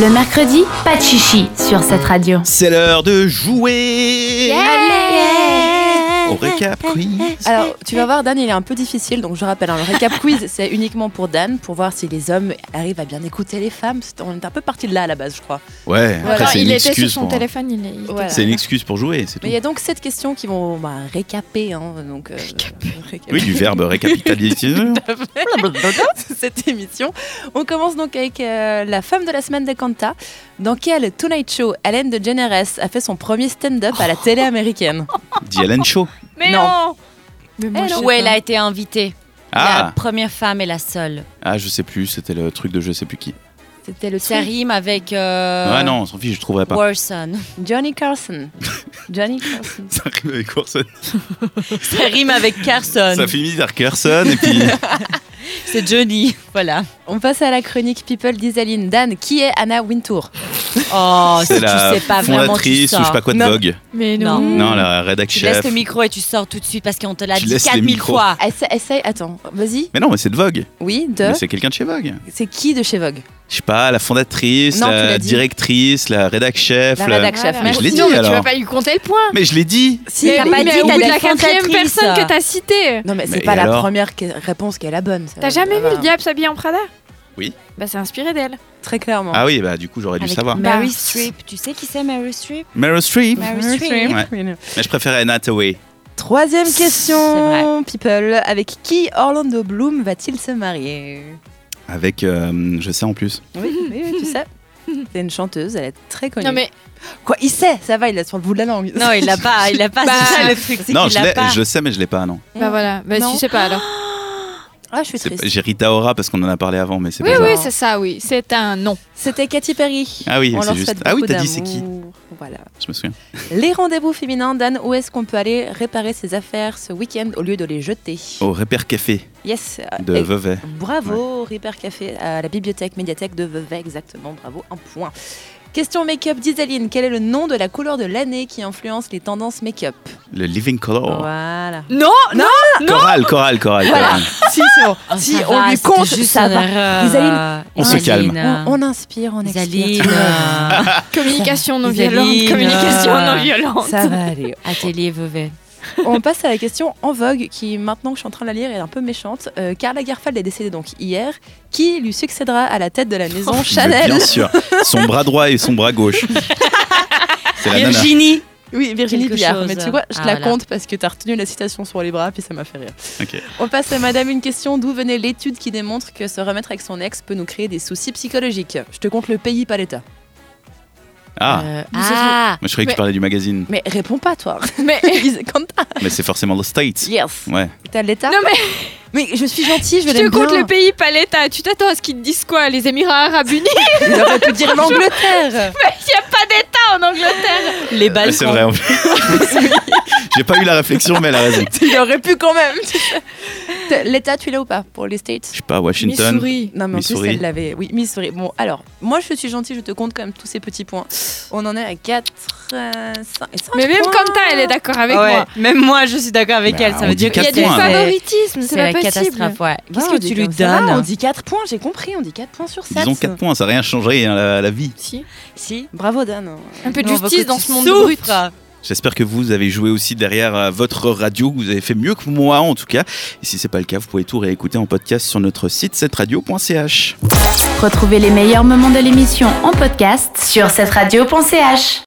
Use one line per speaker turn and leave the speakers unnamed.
Le mercredi, pas de chichi sur cette radio.
C'est l'heure de jouer au récap quiz.
Alors, tu vas voir, Dan, il est un peu difficile. Donc, je rappelle, hein, le récap quiz, c'est uniquement pour Dan, pour voir si les hommes arrivent à bien écouter les femmes. C'est- On est un peu parti de là à la base, je crois.
Ouais,
Voilà,
après c'est une
il était sur
excuse
son
pour
téléphone, il est.
Voilà.
c'est une excuse pour jouer, c'est tout.
Mais il y a donc sept questions qui vont bah, récaper. hein, donc, euh, récaper.
Oui, du verbe récapitaliser.
cette émission. On commence donc avec euh, la femme de la semaine de Kanta. Dans quel Tonight Show Hélène DeGeneres a fait son premier stand-up à la télé américaine
Dylan Show.
Mais
Non.
non,
Mais moi, je sais
Où elle
pas.
a été invitée. La
Ah,
première femme et la seule.
ah, je sais plus, c'était le truc de je sais plus qui.
C'était le
Ça
série
rime avec. euh,
Ah non, on s'en fiche, je trouverai pas.
Warson.
Johnny Carson. Johnny Carson.
Ça rime avec Orson.
Ça rime avec Carson.
Ça finit par Carson et puis
C'est Johnny. Voilà.
On passe à la chronique People d'Isaline. Dan, qui est Anna Wintour
Oh, si
c'est la
tu sais pas vraiment. Tu
fondatrice ou je sais
sors.
pas quoi de
Non.
Vogue.
Mais
Non.
non.
Mmh.
Non, la rédac
Tu laisses
chef.
le micro et tu sors tout de suite parce qu'on te l'a
Tu
dit
laisses les
4000
micros.
fois.
Essaye, essaye, attends, vas-y.
Mais non, mais c'est de Vogue.
Oui, de.
Mais c'est quelqu'un de chez Vogue.
C'est qui de chez Vogue
Je sais pas, la fondatrice,
Non, tu
la
l'as dit.
directrice, la rédac chef.
La
la-
rédac chef.
Voilà.
Mais je l'ai dit
Non, mais
alors.
tu vas pas lui compter le point.
Mais je l'ai dit.
Si,
mais
t'as
oui,
pas dit,
mais au
t'as
bout
dit
de la quatrième
fondatrice.
personne que t'as citée.
Non, mais c'est
Mais
pas la
alors
première que- réponse qui est la bonne. ça-
T'as jamais
ça
vu
va.
le diable s'habiller en Prada
Euh, ah bah. Oui.
Bah, c'est inspiré d'elle.
Très clairement.
Ah oui, bah du coup j'aurais dû
Avec
savoir.
Mary
Bah.
Streep. Tu sais qui c'est Mary Streep
Meryl Streep.
Mary Streep.
Mais je préférais Anna Hathaway.
Troisième
C'est
question, people. Avec qui Orlando Bloom va-t-il se marier
Avec, euh, je sais en plus.
Oui, oui, oui, tu sais. C'est une chanteuse, elle est très connue.
Non, mais
Quoi, il sait, ça va, il a sur le bout de la langue.
Non, il l'a pas. Il l'a pas.
Bah.
C'est ça le truc. C'est
Non,
qu'il
je,
l'a
l'ai-
pas.
je sais, mais je l'ai pas, non.
Bah voilà, bah,
Non.
tu sais pas alors.
Ah, je suis
C'est-
triste.
J'ai Rita Ora parce qu'on en a parlé avant, mais c'est
Oui,
pas ça.
oui, c'est ça, oui. C'est un nom.
C'était Katy Perry.
Ah oui,
On
c'est
leur
juste.
souhaite
Ah oui,
beaucoup
t'as dit c'est qui
d'amour. Voilà.
Je me souviens.
Les rendez-vous féminins, Dan, où est-ce qu'on peut aller réparer ses affaires ce week-end au lieu de les jeter
Au Repair Café
Yes. euh,
Oh. de
et-
Vevey.
Bravo, Ripper Café, à la bibliothèque médiathèque de Vevey, exactement. Bravo, un point. Question make-up d'Isaline. Quel est le nom de la couleur de l'année qui influence les tendances make-up
Le Living Color.
Voilà.
Non, non
Coral, Coral, Coral.
Voilà. si, c'est bon.
Oh,
si
ça
on
va,
lui
c'était
compte,
juste
ça
une
va.
erreur.
Isaline,
On se calme.
Isaline.
On, on inspire, on
Isaline.
expire.
Communication non
Isaline,
violente.
euh,
Communication non violente.
Ça va aller.
Atelier Vevey.
On passe à la question en vogue qui, maintenant que je suis en train de la lire, est un peu méchante. Euh, Carla Garfald est décédée donc hier. Qui lui succédera à la tête de la maison
Mais
Chanel
Bien sûr. Son bras droit et son bras gauche. C'est la nana.
Virginie.
Oui, Virginie
Quelque
Biard.
chose.
Mais tu vois, je
Ah,
la
voilà.
compte parce que tu as retenu la citation sur les bras, puis ça m'a fait rire.
Ok.
On passe à madame une question. D'où venait l'étude qui démontre que se remettre avec son ex peut nous créer des soucis psychologiques Je te compte le pays, pas l'État.
Ah,
Euh,
Vous êtes-
ah.
moi je croyais que tu
mais-
parlais du magazine.
Mais réponds pas, toi.
Mais.
Ils- Quand t'as.
Mais c'est forcément le States.
Yes.
Ouais.
T'as l'État
Non, mais
Mais je suis gentille, je
je
l'aime
te compte
bien.
le pays, pas l'État. Tu t'attends à ce qu'ils te disent quoi Les Émirats Arabes Unis
Il aurait pu dire l'Angleterre.
Il n'y a pas d'État en Angleterre.
Les
Ouais, C'est vrai. en plus. J'ai pas eu la réflexion, mais elle a raison.
Il aurait pu quand même. T'as- L'État, tu l'as ou pas pour les
Je
States
sais pas, Washington.
Missouri.
non mais en plus
Missouri.
elle l'avait. Oui, Missouri. Bon alors, moi je suis gentille, je te compte quand même tous ces petits points. On en est à euh, 4, 5,
Mais même Kanta, elle est d'accord avec moi.
Ah Même moi, je suis d'accord avec
Bah,
elle. Ça
on
veut
dit
dire
Il y
Ah
a
Quatre
du
points.
favoritisme, c'est
la
pas possible.
catastrophe. Ouais. Qu'est-ce
Bah, on
que
dit
tu lui
comme ça va, On
donnes hein
dit 4 points, j'ai compris, on dit 4 points sur 7.
Disons 4 points, ça n'a rien changé hein, la, la vie.
Si.
Si.
Bravo Dan.
Un peu de
Non, on veut
justice
que
dans
tu
ce monde
souffres.
brut.
J'espère que vous avez joué aussi derrière euh, votre radio, que vous avez fait mieux que moi en tout cas. Et si c'est pas le cas, vous pouvez tout réécouter en podcast sur notre site cetteradio.ch.
Retrouvez les meilleurs moments de l'émission en podcast sur cette radio.ch.